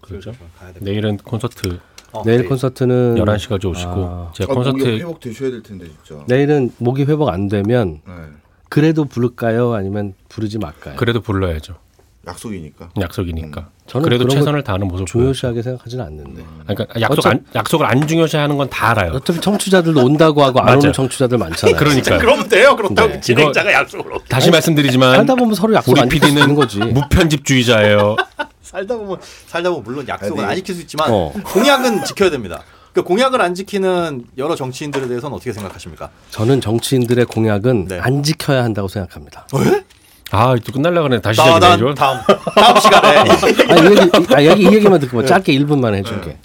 그렇죠. 수요일 가야 돼. 내일은 콘서트 어, 내일 네. 콘서트는 11시까지 오시고 아. 제가 아, 목이 콘서트 회복 되셔야 될 텐데 진짜. 내일은 목이 회복 안 되면 네. 그래도 부를까요? 아니면 부르지 말까요? 그래도 불러야죠. 약속이니까. 약속이니까. 음. 저는 그래도 그런 거 최선을 다하는 모습 보여요. 중요시하게 생각하지는 않는데. 그러니까 약속 안, 약속을 안 중요시하는 건 다 알아요. 어차피 청취자들도 온다고 하고 안 맞아요. 오는 청취자들 많잖아요. 그러니까 그러면 돼요. 그렇다고 네. 진행자가 약속으로 다시 말씀드리지만 하다 보면 서로 약속 우리 안 지킬 수 PD는 있는 거지. 무편집주의자예요. 살다 보면 살다 보면 물론 약속은 아니, 안 지킬 수 있지만 어. 공약은 지켜야 됩니다. 그 공약을 안 지키는 여러 정치인들에 대해서는 어떻게 생각하십니까? 저는 정치인들의 공약은 네. 안 지켜야 한다고 생각합니다. 아, 또 끝날라 그러네. 다시 나- 나- 시작이죠. 다음 다음 시간에 아니, 이 얘기, 아, 얘기, 이 얘기만 듣고 뭐 짧게 1분만 해줄게.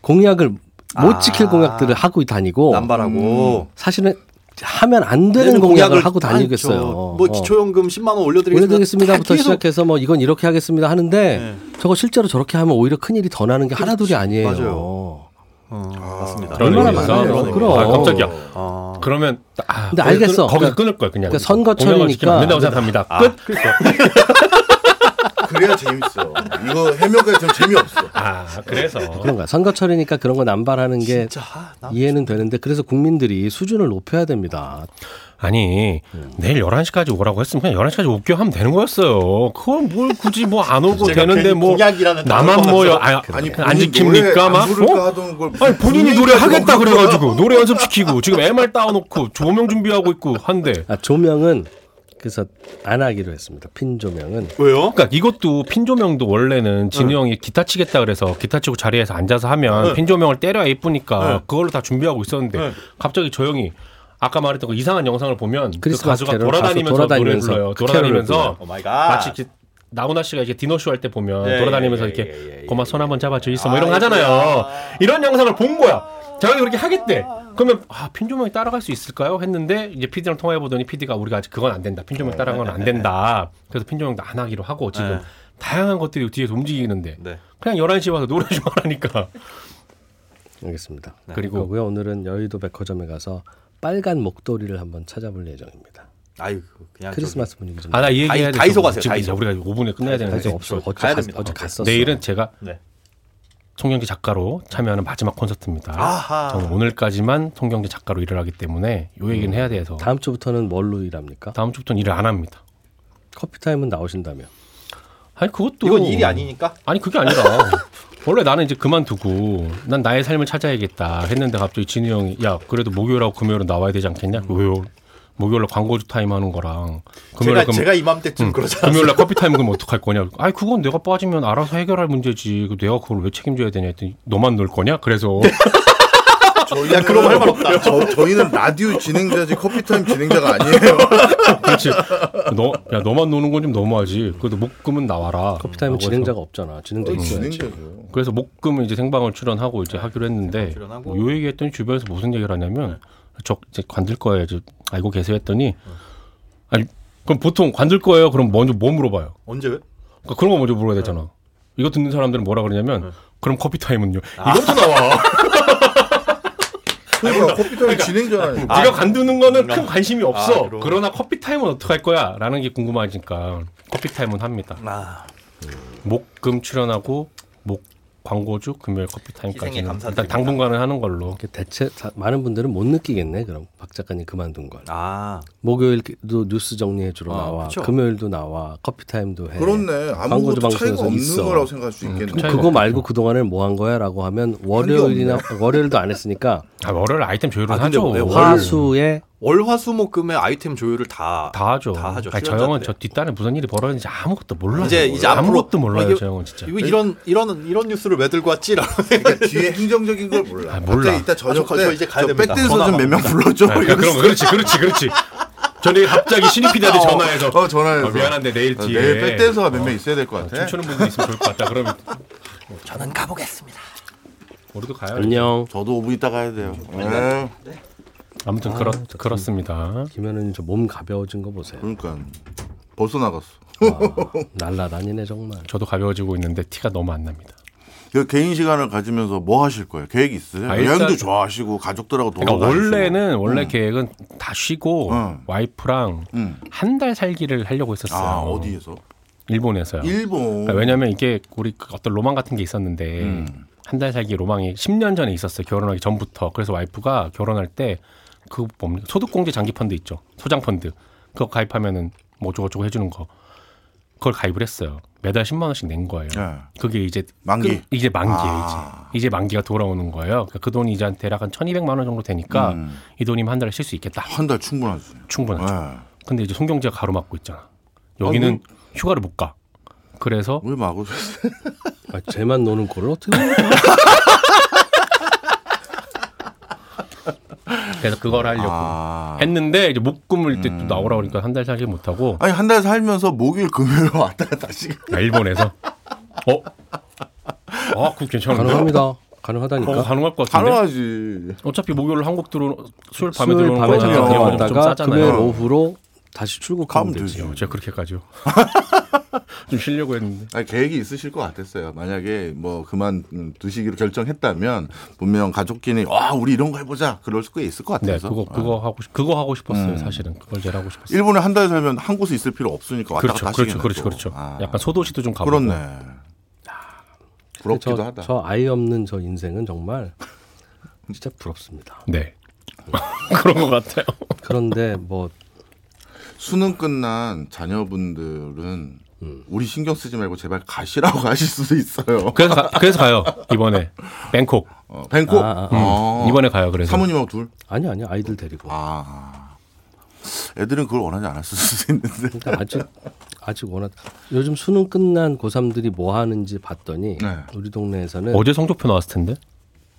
공약을 못 지킬 아. 공약들을 하고 다니고 남발하고 사실은 하면 안 어. 음. 되는 내는 공약을, 공약을 하고 안 다니겠어요. 줘. 뭐 어. 기초연금 10만 원 올려드리겠습니다. 올려드리겠습니다부터 다 계속 네. 시작해서 뭐 이건 이렇게 하겠습니다 하는데 저거 실제로 저렇게 하면 오히려 큰 일이 더 나는 게 하나둘이 아니에요. 그렇죠. 맞아요. 어, 맞습니다. 그런 얼마나 의미에서 많아요. 그런 그럼. 의미에서. 아, 깜짝이야. 어. 그러면 아, 거기서 근데 알겠어. 끊- 거기서 그러니까- 끊을 거야 그냥. 그러니까 선거철이니까. 공약을 지키면 안 된다고 생각합니다. 아, 끝. 그래야 재밌어. 이거 해명까지 좀 재미없어. 아, 그래서 그런가 선거철이니까 그런 거 남발하는 게 진짜 아, 나 이해는 되는데 그래서 국민들이 수준을 높여야 됩니다. 아니 내일 11시까지 오라고 했으면 그냥 11시까지 올게요 하면 되는 거였어요. 그걸 뭘 굳이 뭐 안 오고 제가 되는데 괜히 뭐 공약이라는 나만 단어를 뭐 하면서. 여- 아, 아니 안 본인 노래 지킵니까 안 막 부를까 어? 하던 걸 무슨 아니 본인이 노래 분위기까지 하겠다 먹는 거야? 그래가지고 노래 연습시키고 지금 MR 따와놓고 조명 준비하고 있고 한데 아, 조명은 그래서 안 하기로 했습니다. 핀 조명은 왜요? 그러니까 이것도 핀 조명도 원래는 진우 형이 기타 치겠다 그래서 기타 치고 자리에서 앉아서 하면 핀 조명을 때려야 이쁘니까 그걸로 다 준비하고 있었는데 갑자기 저 형이 아까 말했던 그 이상한 영상을 보면 그 크리스마스 가수가 캐롤, 돌아다니면서, 노래 가수 돌아다니면서 불러요. 그 캐롤을 돌아다니면서 오 어, 마이 갓. 마치 이렇게 나훈아 씨가 이렇게 디너쇼 할 때 보면 예, 돌아다니면서 예, 예, 이렇게 예, 예, 고마 손 한번 잡아줘 아. 있어 뭐 이런 거 아이고야. 하잖아요. 이런 영상을 본 거야. 자기가 그렇게 하겠대. 그러면 아, 핀 조명이 따라갈 수 있을까요? 했는데 이제 PD랑 통화해 보더니 PD가 우리가 아직 그건 안 된다. 핀 조명 따라간 건 안 된다. 그래서 핀 조명도 안 하기로 하고 지금 네. 다양한 것들이 뒤에서 움직이는데 네. 그냥 11시에 와서 노래 좀 하라니까. 알겠습니다. 네. 그리고 그리고요 오늘은 여의도 백화점에 가서 빨간 목도리를 한번 찾아볼 예정입니다. 아유 그냥 크리스마스 분위기 좀. 아 나 이 얘기 해야 다이- 다이소 가세요, 지금 다이소. 우리가 5분에 끝내야 되는데. 아직 없어. 어제 가야 가- 됩니다. 어제 갔었어. 내일은 제가 저기- 네. 송경기 작가로 참여하는 마지막 콘서트입니다. 아하. 저는 오늘까지만 송경기 작가로 일을 하기 때문에 요 얘기는 해야 돼서 다음 주부터는 뭘로 일합니까? 다음 주부터는 일을 안 합니다. 커피 타임은 나오신다며. 아니 그것도 이건 일이 아니니까 아니 그게 아니라 원래 나는 이제 그만두고 난 나의 삶을 찾아야겠다 했는데 갑자기 진우 형이 야 그래도 목요일하고 금요일은 나와야 되지 않겠냐? 음. 왜요? 목요일날 광고주 타임 하는 거랑 금요일날 제가 그럼 제가 이맘때쯤 음. 그러잖아요. 금요일날 커피 타임 그럼 어떡할 거냐? 아니 그건 내가 빠지면 알아서 해결할 문제지. 그 내가 그걸 왜 책임져야 되냐 했더니 너만 놀 거냐? 그래서 네. 저희는 그런 말만 없다. 저, 저희는 라디오 진행자지 커피타임 진행자가 아니에요. 그렇지. 너 야 너만 노는 건 좀 너무하지. 그래도 목금은 나와라. 커피 타임은 진행자가 없잖아. 진행자 있어야지. 진행자죠. 그래서 목금은 이제 생방을 출연하고 이제 하기로 했는데 출연하고. 네. 뭐 요 얘기했더니 주변에서 무슨 얘기를 하냐면 저 이제 관둘 거예요. 이제 알고 계세요 했더니 아니 그럼 보통 관둘 거예요. 그럼 먼저 뭐 물어봐요. 언제 왜? 그러니까 그런 거 먼저 물어야 네. 되잖아. 이거 듣는 사람들은 뭐라 그러냐면 그럼 커피 타임은요. 이것도 나와. 그러니까 커피타임 진행자라니. 네가 관두는 거는 큰 관심이 없어. 아, 그럼. 그러나 커피 타임은 어떻게 할 거야? 라는 게 궁금하니까 커피 타임은 합니다. 아, 목금 출연하고 목 광고주 금요일 커피 타임까지 희생에 는 감사드립니다. 일단 당분간은 하는 걸로. 이렇게 대체 자- 많은 분들은 못 느끼겠네. 그럼 박 작가님 그만둔 걸. 아 목요일도 뉴스 정리해 주러 아, 나와. 그쵸. 금요일도 나와. 커피 타임도 해. 그렇네. 광고주 아무것도 차이가 방송에서 없는 있어. 거라고 생각할 수 있겠네. 차이가 그거 말고 그 동안에 뭐 한 거야라고 하면 월요일이나 월요일도 안 했으니까 아, 월요일 아이템 조율은 아, 근데 하죠. 왜 월- 화수에 월화수목금의 아이템 조율을 다 다 하죠. 다 하죠. 아니, 저 출연자인데. 형은 저 뒷단에 무슨 일이 벌어졌는지 아무것도 몰라요. 이제 이제 앞으로 아무것도 몰라요, 아, 이거- 저 형은 진짜. 이거 이런 이런 이런 뉴스를 왜 들고 왔지라. 그러니까 뒤에 행정적인 걸 몰라. 아, 몰라. 갑자기 이따 저녁 아, 저- 때 저 이제 가야 저 됩니다. 백댄서 좀 전화 몇 명 불러줘. 아, 그러니까 그런 거 그렇지, 그렇지, 그렇지. 저는 갑자기 신입 PD한테 전화해서 어, 전화해서. 어, 미안한데 내일 어, 뒤에 네. 내일 백댄서가 몇 명 있어야 될 것 같아. 춤추는 분들 있으면 좋을 것 같다. 그러면 저는 가보겠습니다. 우리도 가요. 안녕. 저도 5분 있다 가야 돼요. 네. 아무튼 그렇 그렇습니다. 김현은 저 몸 가벼워진 거 보세요. 그러니까 벌써 나갔어. 날라다니네 정말. 저도 가벼워지고 있는데 티가 너무 안 납니다. 그 개인 시간을 가지면서 뭐 하실 거예요? 계획 있으세요? 아, 일단- 여행도 좋아하시고 가족들하고 돌아다니시고. 그러니까 원래는 원래 계획은 다 쉬고 응. 와이프랑 응. 한 달 살기를 하려고 했었어요. 아 어디에서? 일본에서요. 일본. 그러니까 왜냐면 이게 우리 그 어떤 로망 같은 게 있었는데 한 달 살기 로망이 10년 전에 있었어요. 결혼하기 전부터. 그래서 와이프가 결혼할 때 그 뭡니까? 소득공제 장기 펀드 있죠. 소장 펀드. 그거 가입하면은 뭐 어쩌고저쩌고 해주는 거. 그걸 가입을 했어요. 매달 10만 원씩 낸 거예요. 네. 그게 이제 만기? 끝- 이제 만기예요. 아. 이제 이제 만기가 돌아오는 거예요. 그러니까 그 돈이 이제 한 대략 한 1,200만 원 정도 되니까 음. 이 돈이면 한 달에 쉴 수 있겠다. 한 달 충분하지. 충분하죠. 네. 근데 이제 송경제가 가로막고 있잖아. 여기는 휴가를 못 가. 그래서 왜 마구? 아, 쟤만 노는 꼴을 어떻게 보면 그래서 그걸 하려고 아. 음. 했는데 이제 목금을 때 또 나오라 그러니까 한 달 살지 못하고 아니 한 달 살면서 목요일 금요일 왔다 갔다 시간. 야, 일본에서 어? 아, 그거 괜찮은데? 가능합니다. 어, 가능하다니까. 가능할 것 같은데? 가능하지. 어차피 목요일 한국 들어 수요일 밤에 수요일 들어오는 밤에 거잖아요. 들어오는 그래가지고 좀 들어왔다가 싸잖아요. 금요일 오후로 다시 출국하면 가면 되지. 되지. 어, 제가 그렇게까지요. 좀 쉬려고 했는데. 아니, 계획이 있으실 것 같았어요. 만약에 뭐 그만 음, 두시기로 결정했다면 분명 가족끼리 와 우리 이런 거 해보자 그럴 수가 있을 것 네, 같아서. 음. 그거 그거 하고 싶- 그거 하고 싶었어요. 사실은 그걸 제일 하고 싶었어요. 일본에 한 달 살면 한 곳에 있을 필요 없으니까 왔다 그렇죠, 갔다 그렇죠, 하시겠네. 그렇죠, 또. 그렇죠. 아, 약간 소도시도 좀 가보고. 그렇네. 아, 근데 부럽기도 저, 하다. 저 아이 없는 저 인생은 정말 진짜 부럽습니다. 네. 그런 것 같아요. 그런데 뭐 수능 끝난 자녀분들은 음. 우리 신경 쓰지 말고 제발 가시라고 하실 수도 있어요. 그래서 가, 그래서 가요 이번에 뱅콕 어, 뱅콕 아, 아, 어. 음. 이번에 가요. 그래서 사모님하고 둘. 아니 아니 아이들 데리고. 아 애들은 그걸 원하지 않았을 수도 있는데. 그러니까 아직 아직 워낙 요즘 수능 끝난 고삼들이 뭐 하는지 봤더니 네. 우리 동네에서는 어제 성적표 나왔을 텐데.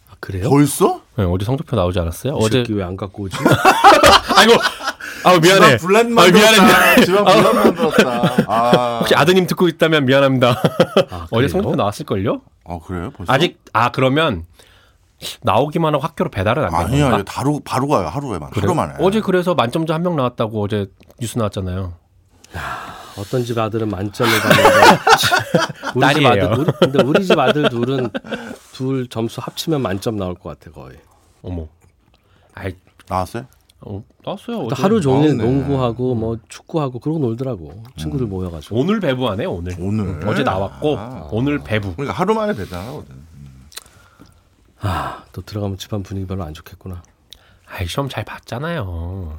아, 그래요? 벌써? 네, 어제 성적표 나오지 않았어요? 어제 어제 왜안 갖고 오지? 아이고 아 미안해. 집안 분란 아 미안해. 만들었다. 집안 분란 만들었다. 아, 혹시 아드님 듣고 있다면 미안합니다. 어제 그래요? 성적표 나왔을 걸요? 아 그래요? 벌써? 아직 아 그러면 나오기만 하고 학교로 배달은 안 되는 아니야, 건가? 아니, 바로 바로 가요. 하루에 만 그래요? 하루 만에. 어제 그래서 만점자 한 명 나왔다고 어제 뉴스 나왔잖아요. 어떤 집 아들은 만점을 받는데 우리 집 딸이에요. 아들 우리, 근데 우리 집 아들 둘은 둘 점수 합치면 만점 나올 것 같아 거의. 어머. 아이 나왔어요? 어, 나왔어요. 또 어제. 음. 하루 종일 나오네. 농구하고 뭐 축구하고 그러고 놀더라고 친구들 모여가지고. 오늘 배부하네 오늘. 오늘. 어제 나왔고 아. 오늘 배부. 그러니까 하루 만에 배달하거든. 아, 또 들어가면 집안 분위기 별로 안 좋겠구나. 아이 시험 잘 봤잖아요.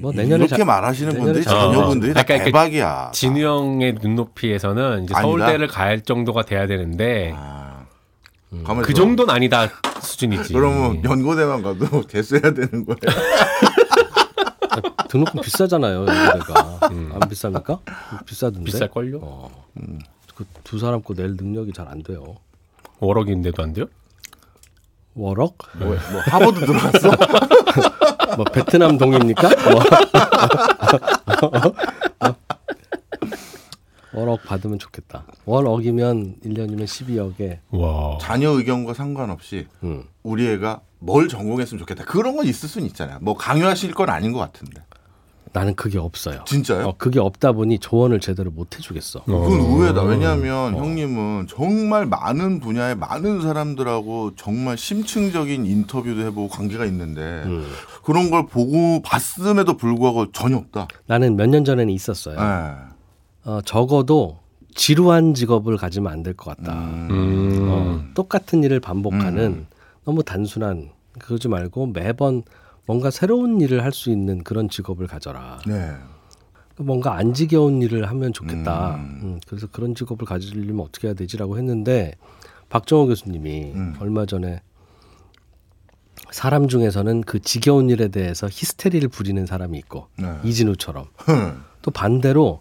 뭐 내년에 예, 이렇게 자- 말하시는 내년에 분들이 잘- 자녀분들이 다 그러니까 이렇게 대박이야. 진우 형의 눈높이에서는 이제 아, 아니다. 서울대를 갈 정도가 돼야 되는데 아. 음. 가만히 그 있어. 정도는 아니다 수준이지. 그러면 네? 연고대만 가도 재수해야 되는 거예요. 등록금 비싸잖아요. 여기다가 음, 안 비쌉니까? 비싸던데. 비쌀걸요? 어. 음. 그 두 사람 거 낼 능력이 잘 안 돼요. 워럭인데도 안 돼요? 워럭? 뭐, 뭐 하버드 들어갔어? 뭐 베트남 동입니까? 뭐. 워럭 받으면 좋겠다. 월억이면 1년이면 12억에 와. 자녀 의견과 상관없이 음. 우리 애가 뭘 전공했으면 좋겠다. 그런 건 있을 수는 있잖아요. 뭐 강요하실 건 아닌 것 같은데. 나는 그게 없어요. 진짜요? 어, 그게 없다 보니 조언을 제대로 못 해주겠어. 그건 의외다. 왜냐하면 형님은 정말 많은 분야의 많은 사람들하고 정말 심층적인 인터뷰도 해보고 관계가 있는데 네. 그런 걸 보고 봤음에도 불구하고 전혀 없다. 나는 몇 년 전에는 있었어요. 예. 어, 적어도 지루한 직업을 가지면 안 될 것 같다. 음. 어, 똑같은 일을 반복하는 음. 너무 단순한 그러지 말고 매번 뭔가 새로운 일을 할 수 있는 그런 직업을 가져라. 네. 뭔가 안 지겨운 일을 하면 좋겠다. 음. 음, 그래서 그런 직업을 가지려면 어떻게 해야 되지라고 했는데 박정호 교수님이 음. 얼마 전에 사람 중에서는 그 지겨운 일에 대해서 히스테리를 부리는 사람이 있고 네. 이진우처럼 흠. 또 반대로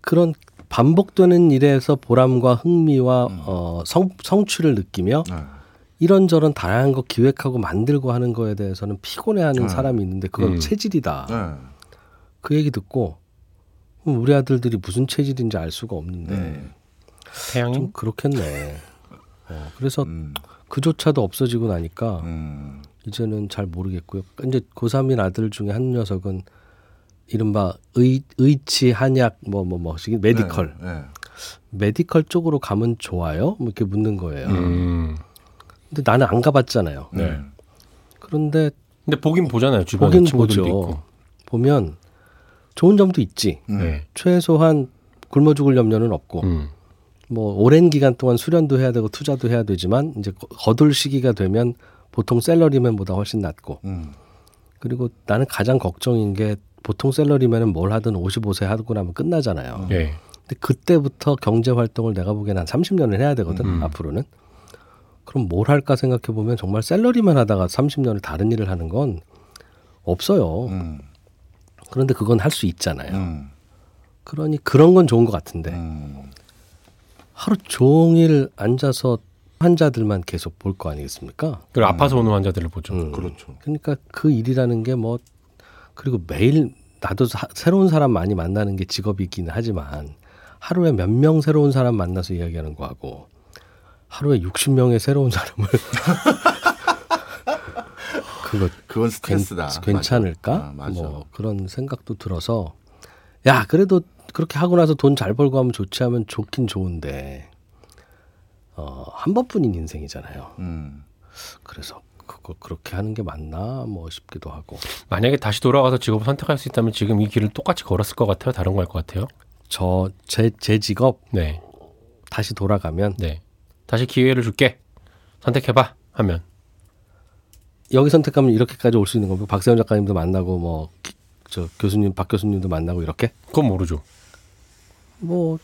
그런 반복되는 일에서 보람과 흥미와 어, 성, 성취를 느끼며 네. 이런저런 다양한 거 기획하고 만들고 하는 거에 대해서는 피곤해하는 네. 사람이 있는데 그건 음. 체질이다. 네. 그 얘기 듣고 음, 우리 아들들이 무슨 체질인지 알 수가 없는데 음. 태양인? 좀 그렇겠네. 어, 그래서 음. 그조차도 없어지고 나니까 음. 이제는 잘 모르겠고요. 이제 고3인 아들 중에 한 녀석은 이른바 의, 의치 한약 뭐 뭐 뭐 메디컬 네. 네. 메디컬 쪽으로 가면 좋아요? 뭐 이렇게 묻는 거예요. 음. 근데 나는 안 가봤잖아요. 네. 그런데 근데 보긴 보잖아요. 주변에 보긴 친구들도 보죠. 있고. 보면 좋은 점도 있지. 음. 네. 최소한 굶어 죽을 염려는 없고 음. 뭐 오랜 기간 동안 수련도 해야 되고 투자도 해야 되지만 이제 거- 거둘 시기가 되면 보통 셀러리맨보다 훨씬 낫고 음. 그리고 나는 가장 걱정인 게 보통 셀러리맨은 뭘 하든 55세 하고 나면 끝나잖아요. 예. 근데 그때부터 경제 활동을 내가 보기엔 한 30년을 해야 되거든 음. 앞으로는 그럼 뭘 할까 생각해 보면 정말 셀러리만 하다가 30년을 다른 일을 하는 건 없어요 음. 그런데 그건 할 수 있잖아요 음. 그러니 그런 건 좋은 것 같은데 음. 하루 종일 앉아서 환자들만 계속 볼 거 아니겠습니까 그리고 아파서 음. 오는 환자들을 보죠. 그렇죠. 그러니까 그 일이라는 게 뭐 그리고 매일 나도 사- 새로운 사람 많이 만나는 게 직업이긴 하지만 하루에 몇 명 새로운 사람 만나서 이야기하는 거하고 하루에 60명의 새로운 사람을 그거 괜, 그건 스트레스다. 괜찮을까? 아, 맞아. 뭐 그런 생각도 들어서 야 그래도 그렇게 하고 나서 돈 잘 벌고 하면 좋지 하면 좋긴 좋은데 어, 한 번뿐인 인생이잖아요. 음. 그래서 그거 그렇게 하는 게 맞나 뭐 싶기도 하고 만약에 다시 돌아가서 직업을 선택할 수 있다면 지금 이 길을 똑같이 걸었을 것 같아요. 다른 거 할 것 같아요. 저 제 제 직업 네. 다시 돌아가면 네. 다시 기회를 줄게. 선택해봐. 하면. 여기 선택하면 이렇게까지 올 수 있는 거고 박세훈 작가님도 만나고 뭐 저 교수님 박 교수님도 만나고 이렇게 그건 모르죠. 뭐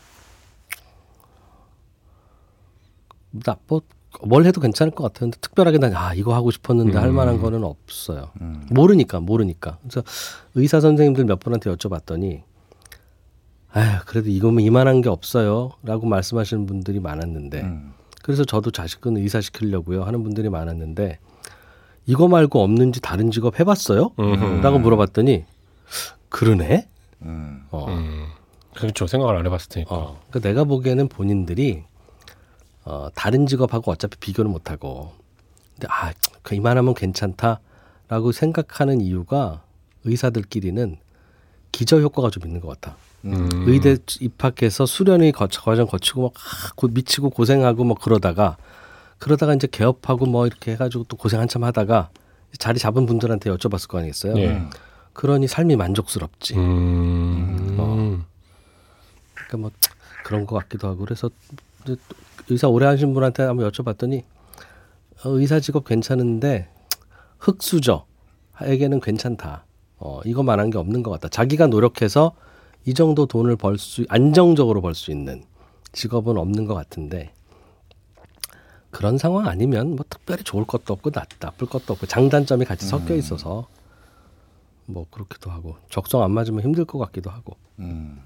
나뭐 뭘 해도 괜찮을 것 같아요. 근데 특별하게 난 아 이거 하고 싶었는데 음. 할 만한 거는 없어요. 모르니까 모르니까. 그래서 의사 선생님들 몇 분한테 여쭤봤더니 아휴 그래도 이거면 이만한 게 없어요라고 말씀하시는 분들이 많았는데 음. 그래서 저도 자식은 의사 시키려고요 하는 분들이 많았는데 이거 말고 없는지 다른 직업 해봤어요? 라고 물어봤더니 그러네. 음. 어. 음. 그렇죠. 생각을 안 해봤을 테니까. 어. 그러니까 내가 보기에는 본인들이 어, 다른 직업하고 어차피 비교를 못 하고 근데 아, 그 이만하면 괜찮다라고 생각하는 이유가 의사들끼리는 기저 효과가 좀 있는 것 같아. 음. 의대 입학해서 수련의 거쳐- 과정 거치고 막 아, 고- 미치고 고생하고 막 그러다가 그러다가 이제 개업하고 뭐 이렇게 해가지고 또 고생 한참 하다가 자리 잡은 분들한테 여쭤봤을 거 아니겠어요? 예. 그러니 삶이 만족스럽지. 음. 그러니까 뭐 그런 것 같기도 하고 그래서 이제 또 의사 오래 하신 분한테 한번 여쭤봤더니 어, 의사 직업 괜찮은데 흑수저에게는 괜찮다. 어, 이거만 한 게 없는 것 같다. 자기가 노력해서 이 정도 돈을 벌 수 안정적으로 벌 수 있는 직업은 없는 것 같은데 그런 상황 아니면 뭐 특별히 좋을 것도 없고 나, 나쁠 것도 없고 장단점이 같이 섞여 있어서 뭐 그렇기도 하고 적성 안 맞으면 힘들 것 같기도 하고 음.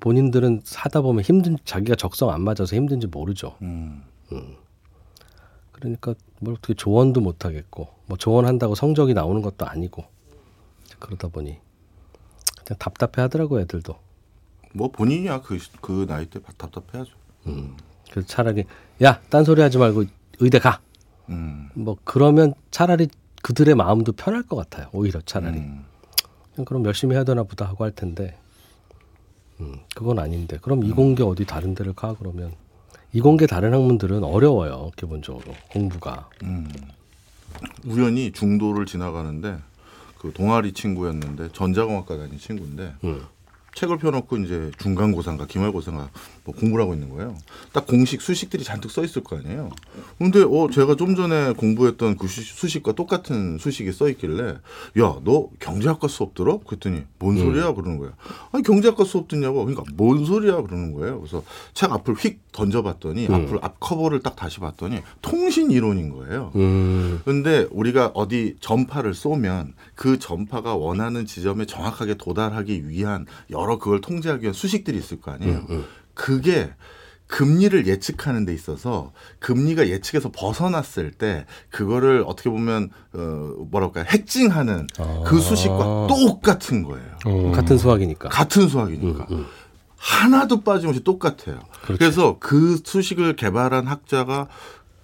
본인들은 사다 보면 힘든 자기가 적성 안 맞아서 힘든지 모르죠. 음. 그러니까 뭘 어떻게 조언도 못 하겠고 뭐 조언한다고 성적이 나오는 것도 아니고 그러다 보니 그냥 답답해 하더라고 애들도. 뭐 본인이야 그 그 나이 때 답답해야죠. 그래서 차라리 야 딴소리 하지 말고 의대 가. 음. 뭐 그러면 차라리 그들의 마음도 편할 것 같아요. 오히려 차라리 음. 그냥 그럼 열심히 해야 되나 보다 하고 할 텐데 음, 그건 아닌데 그럼 이공계 음. 어디 다른 데를 가 그러면 이공계 다른 학문들은 어려워요 기본적으로 공부가 우연히 중도를 지나가는데 그 동아리 친구였는데 전자공학과 다닌 친구인데 책을 펴놓고 이제 중간고사인가 기말고사인가 뭐 공부를 하고 있는 거예요. 딱 공식 수식들이 잔뜩 써 있을 거 아니에요. 근데 어 제가 좀 전에 공부했던 그 수- 수식과 똑같은 수식이 써 있길래 야 너 경제학과 수업 들어? 그랬더니 뭔 소리야 그러는 거야. 아니 경제학과 수업 듣냐고. 그러니까 뭔 소리야 그러는 거예요. 그래서 책 앞을 휙 던져봤더니 앞을 앞 커버를 딱 다시 봤더니 통신 이론인 거예요. 근데 우리가 어디 전파를 쏘면 그 전파가 원하는 지점에 정확하게 도달하기 위한 여러 그걸 통제하기 위한 수식들이 있을 거 아니에요. 그게 금리를 예측하는 데 있어서 금리가 예측에서 벗어났을 때 그거를 어떻게 보면 어 뭐랄까 해칭하는 그 수식과 똑같은 거예요. 같은 수학이니까 같은 수학이니까. 음, 하나도 빠짐없이 똑같아요. 그래서그 수식을 개발한 학자가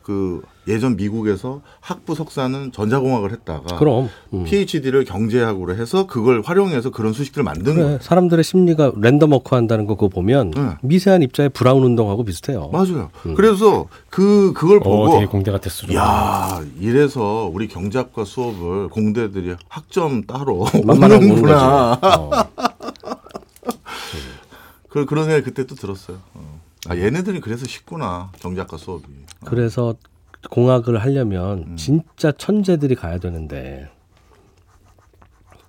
그 예전 미국에서 학부 석사는 전자공학을 했다가 그럼 음. PhD를 경제학으로 해서 그걸 활용해서 그런 수식들을 만든 그래, 네, 거예요. 사람들의 심리가 랜덤 워크 한다는 거 그거 보면 네. 미세한 입자의 브라운 운동하고 비슷해요. 맞아요. 음. 그래서 그 그걸 어, 보고 되게 공대 같았어. 좀. 야, 이래서 우리 경제학과 수업을 공대들이 학점 따로 만만하고 오는 오는구나. 거지. 어. 그런 그런 생각이 그때 또 들었어요. 어. 아 얘네들이 그래서 쉽구나 정작가 수업이. 그래서 공학을 하려면 음. 진짜 천재들이 가야 되는데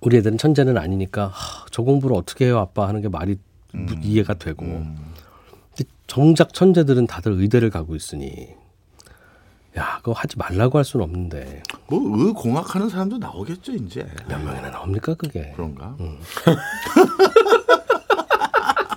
우리 애들은 천재는 아니니까 하, 저 공부를 어떻게 해요 아빠 하는 게 말이 음. 무- 이해가 되고 근데 정작 천재들은 다들 의대를 가고 있으니 야 그거 하지 말라고 할 수는 없는데 뭐 의 공학하는 사람도 나오겠죠 이제. 몇 명이나 나옵니까 그게 그런가?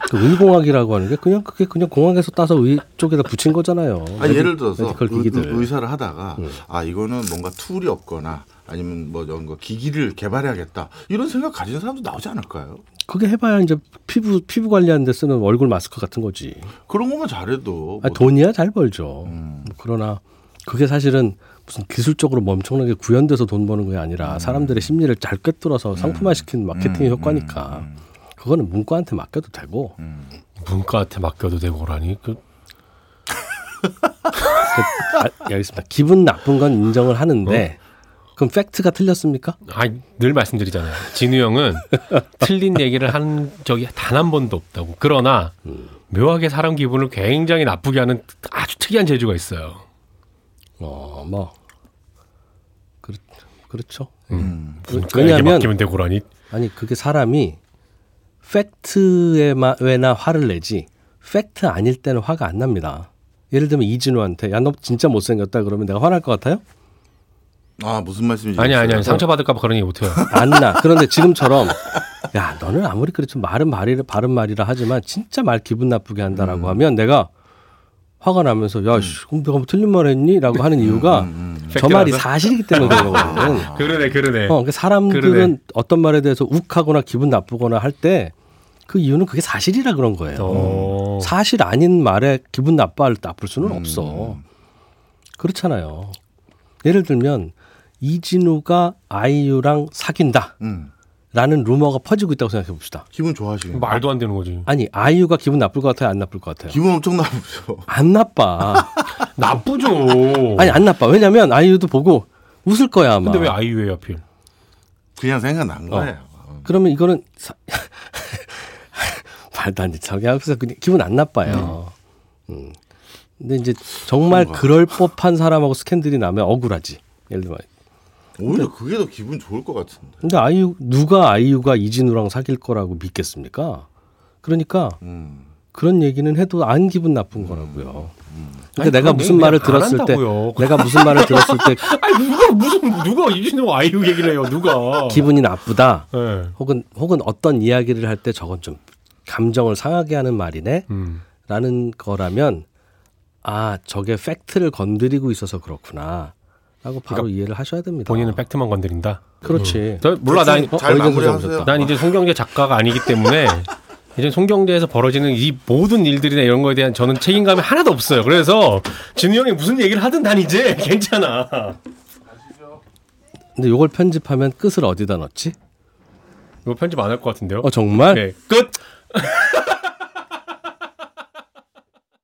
그 의공학이라고 하는 게 그냥 그게 그냥 공학에서 따서 의 쪽에다 붙인 거잖아요 아 예를 들어서 메디컬 기기들 의, 사를 하다가 아 이거는 뭔가 툴이 없거나 아니면 뭐 이런 거 기기를 개발해야겠다 이런 생각 가진 사람도 나오지 않을까요? 그게 해봐야 이제 피부 피부 관리하는데 쓰는 얼굴 마스크 같은 거지. 그런 것만 잘해도 아 뭐 음. 돈이야 잘 벌죠. 뭐 그러나 그게 사실은 무슨 기술적으로 뭐 엄청나게 구현돼서 돈 버는 게 음. 아니라 사람들의 심리를 잘 꿰뚫어서 상품화시킨 마케팅의 효과니까 음. 그거는 문과한테 맡겨도 되고 문과한테 맡겨도 되고라니 그 아, 예, 알겠습니다. 기분 나쁜 건 인정을 하는데 어? 그럼 팩트가 틀렸습니까? 아니 늘 말씀드리잖아요. 진우 형은 틀린 얘기를 한 적이 단 한 번도 없다고. 그러나 음. 묘하게 사람 기분을 굉장히 나쁘게 하는 아주 특이한 재주가 있어요. 어뭐 그렇, 그렇죠. 음. 문과에게 왜냐하면- 맡기면 되고라니. 아니 그게 사람이 팩트에만 왜나 화를 내지 팩트 아닐 때는 화가 안 납니다. 예를 들면 이진우한테 야 너 진짜 못생겼다 그러면 내가 화날 것 같아요? 아 무슨 말씀인지 아니 아니 아니 알겠어요. 상처받을까봐 그런 얘기 못해요. 안 나. 그런데 지금처럼 야 너는 아무리 그래도 말은 말이라 바른 말이라 하지만 진짜 말 기분 나쁘게 한다라고 하면 내가 화가 나면서 야 씨, 그럼 내가 뭐 틀린 말 했니?라고 하는 이유가 저 말이 사실이기 때문에 그런 거거든. 그러네 그러네. 어, 그러니까 사람들은 그러네. 어떤 말에 대해서 욱하거나 기분 나쁘거나 할 때 그 이유는 그게 사실이라 그런 거예요. 어. 음. 사실 아닌 말에 기분 나빠할 나쁠 수는 없어. 그렇잖아요. 예를 들면 이진우가 아이유랑 사귄다. 음, 라는 루머가 퍼지고 있다고 생각해 봅시다. 기분 좋아하시네. 말도 안 되는 거지. 아니, 아이유가 기분 나쁠 것 같아요? 안 나쁠 것 같아요? 기분 엄청 나쁘죠. 안 나빠. 나쁘죠. 아니, 안 나빠. 왜냐면 아이유도 보고 웃을 거야, 아마. 어. 근데 왜 아이유예요 하필? 그냥 생각난 거예요. 어. 그러면 이거는 사- 말도 안 돼. 저기 앞에서 그냥 기분 안 나빠요. 음. 근데 이제 정말 그럴 법한 사람하고 스캔들이 나면 억울하지. 예를 들면. 오히려 그게 더 기분 좋을 것 같은데. 근데 아이유 누가 아이유가 이진우랑 사귈 거라고 믿겠습니까? 그러니까 음. 그런 얘기는 해도 안 기분 나쁜 거라고요. 근데 음. 아니, 내가 그런 무슨 얘기는 말을 안 들었을 때 한다고요. 내가 무슨 말을 들었을 때 아니 누가 무슨 누가 이진우 아이유 얘기를 해요 누가? 기분이 나쁘다. 예. 혹은 혹은 어떤 이야기를 할 때 저건 좀 감정을 상하게 하는 말이네. 음. 라는 거라면 아 저게 팩트를 건드리고 있어서 그렇구나 라고 바로 이해를 하셔야 됩니다. 그러니까 본인은 팩트만 음. 건드린다. 그렇지. 저- 몰라 난 어, 잘 의견 마무리하세요. 조정하셨다. 난 이제 송경제 작가가 아니기 때문에 이제 송경제에서 벌어지는 이 모든 일들이나 이런 거에 대한 저는 책임감이 하나도 없어요. 그래서 진우 형이 무슨 얘기를 하든 난 이제 괜찮아. 근데 요걸 편집하면 끝을 어디다 넣지? 이거 편집 안 할 것 같은데요? 어 정말? 네, 끝.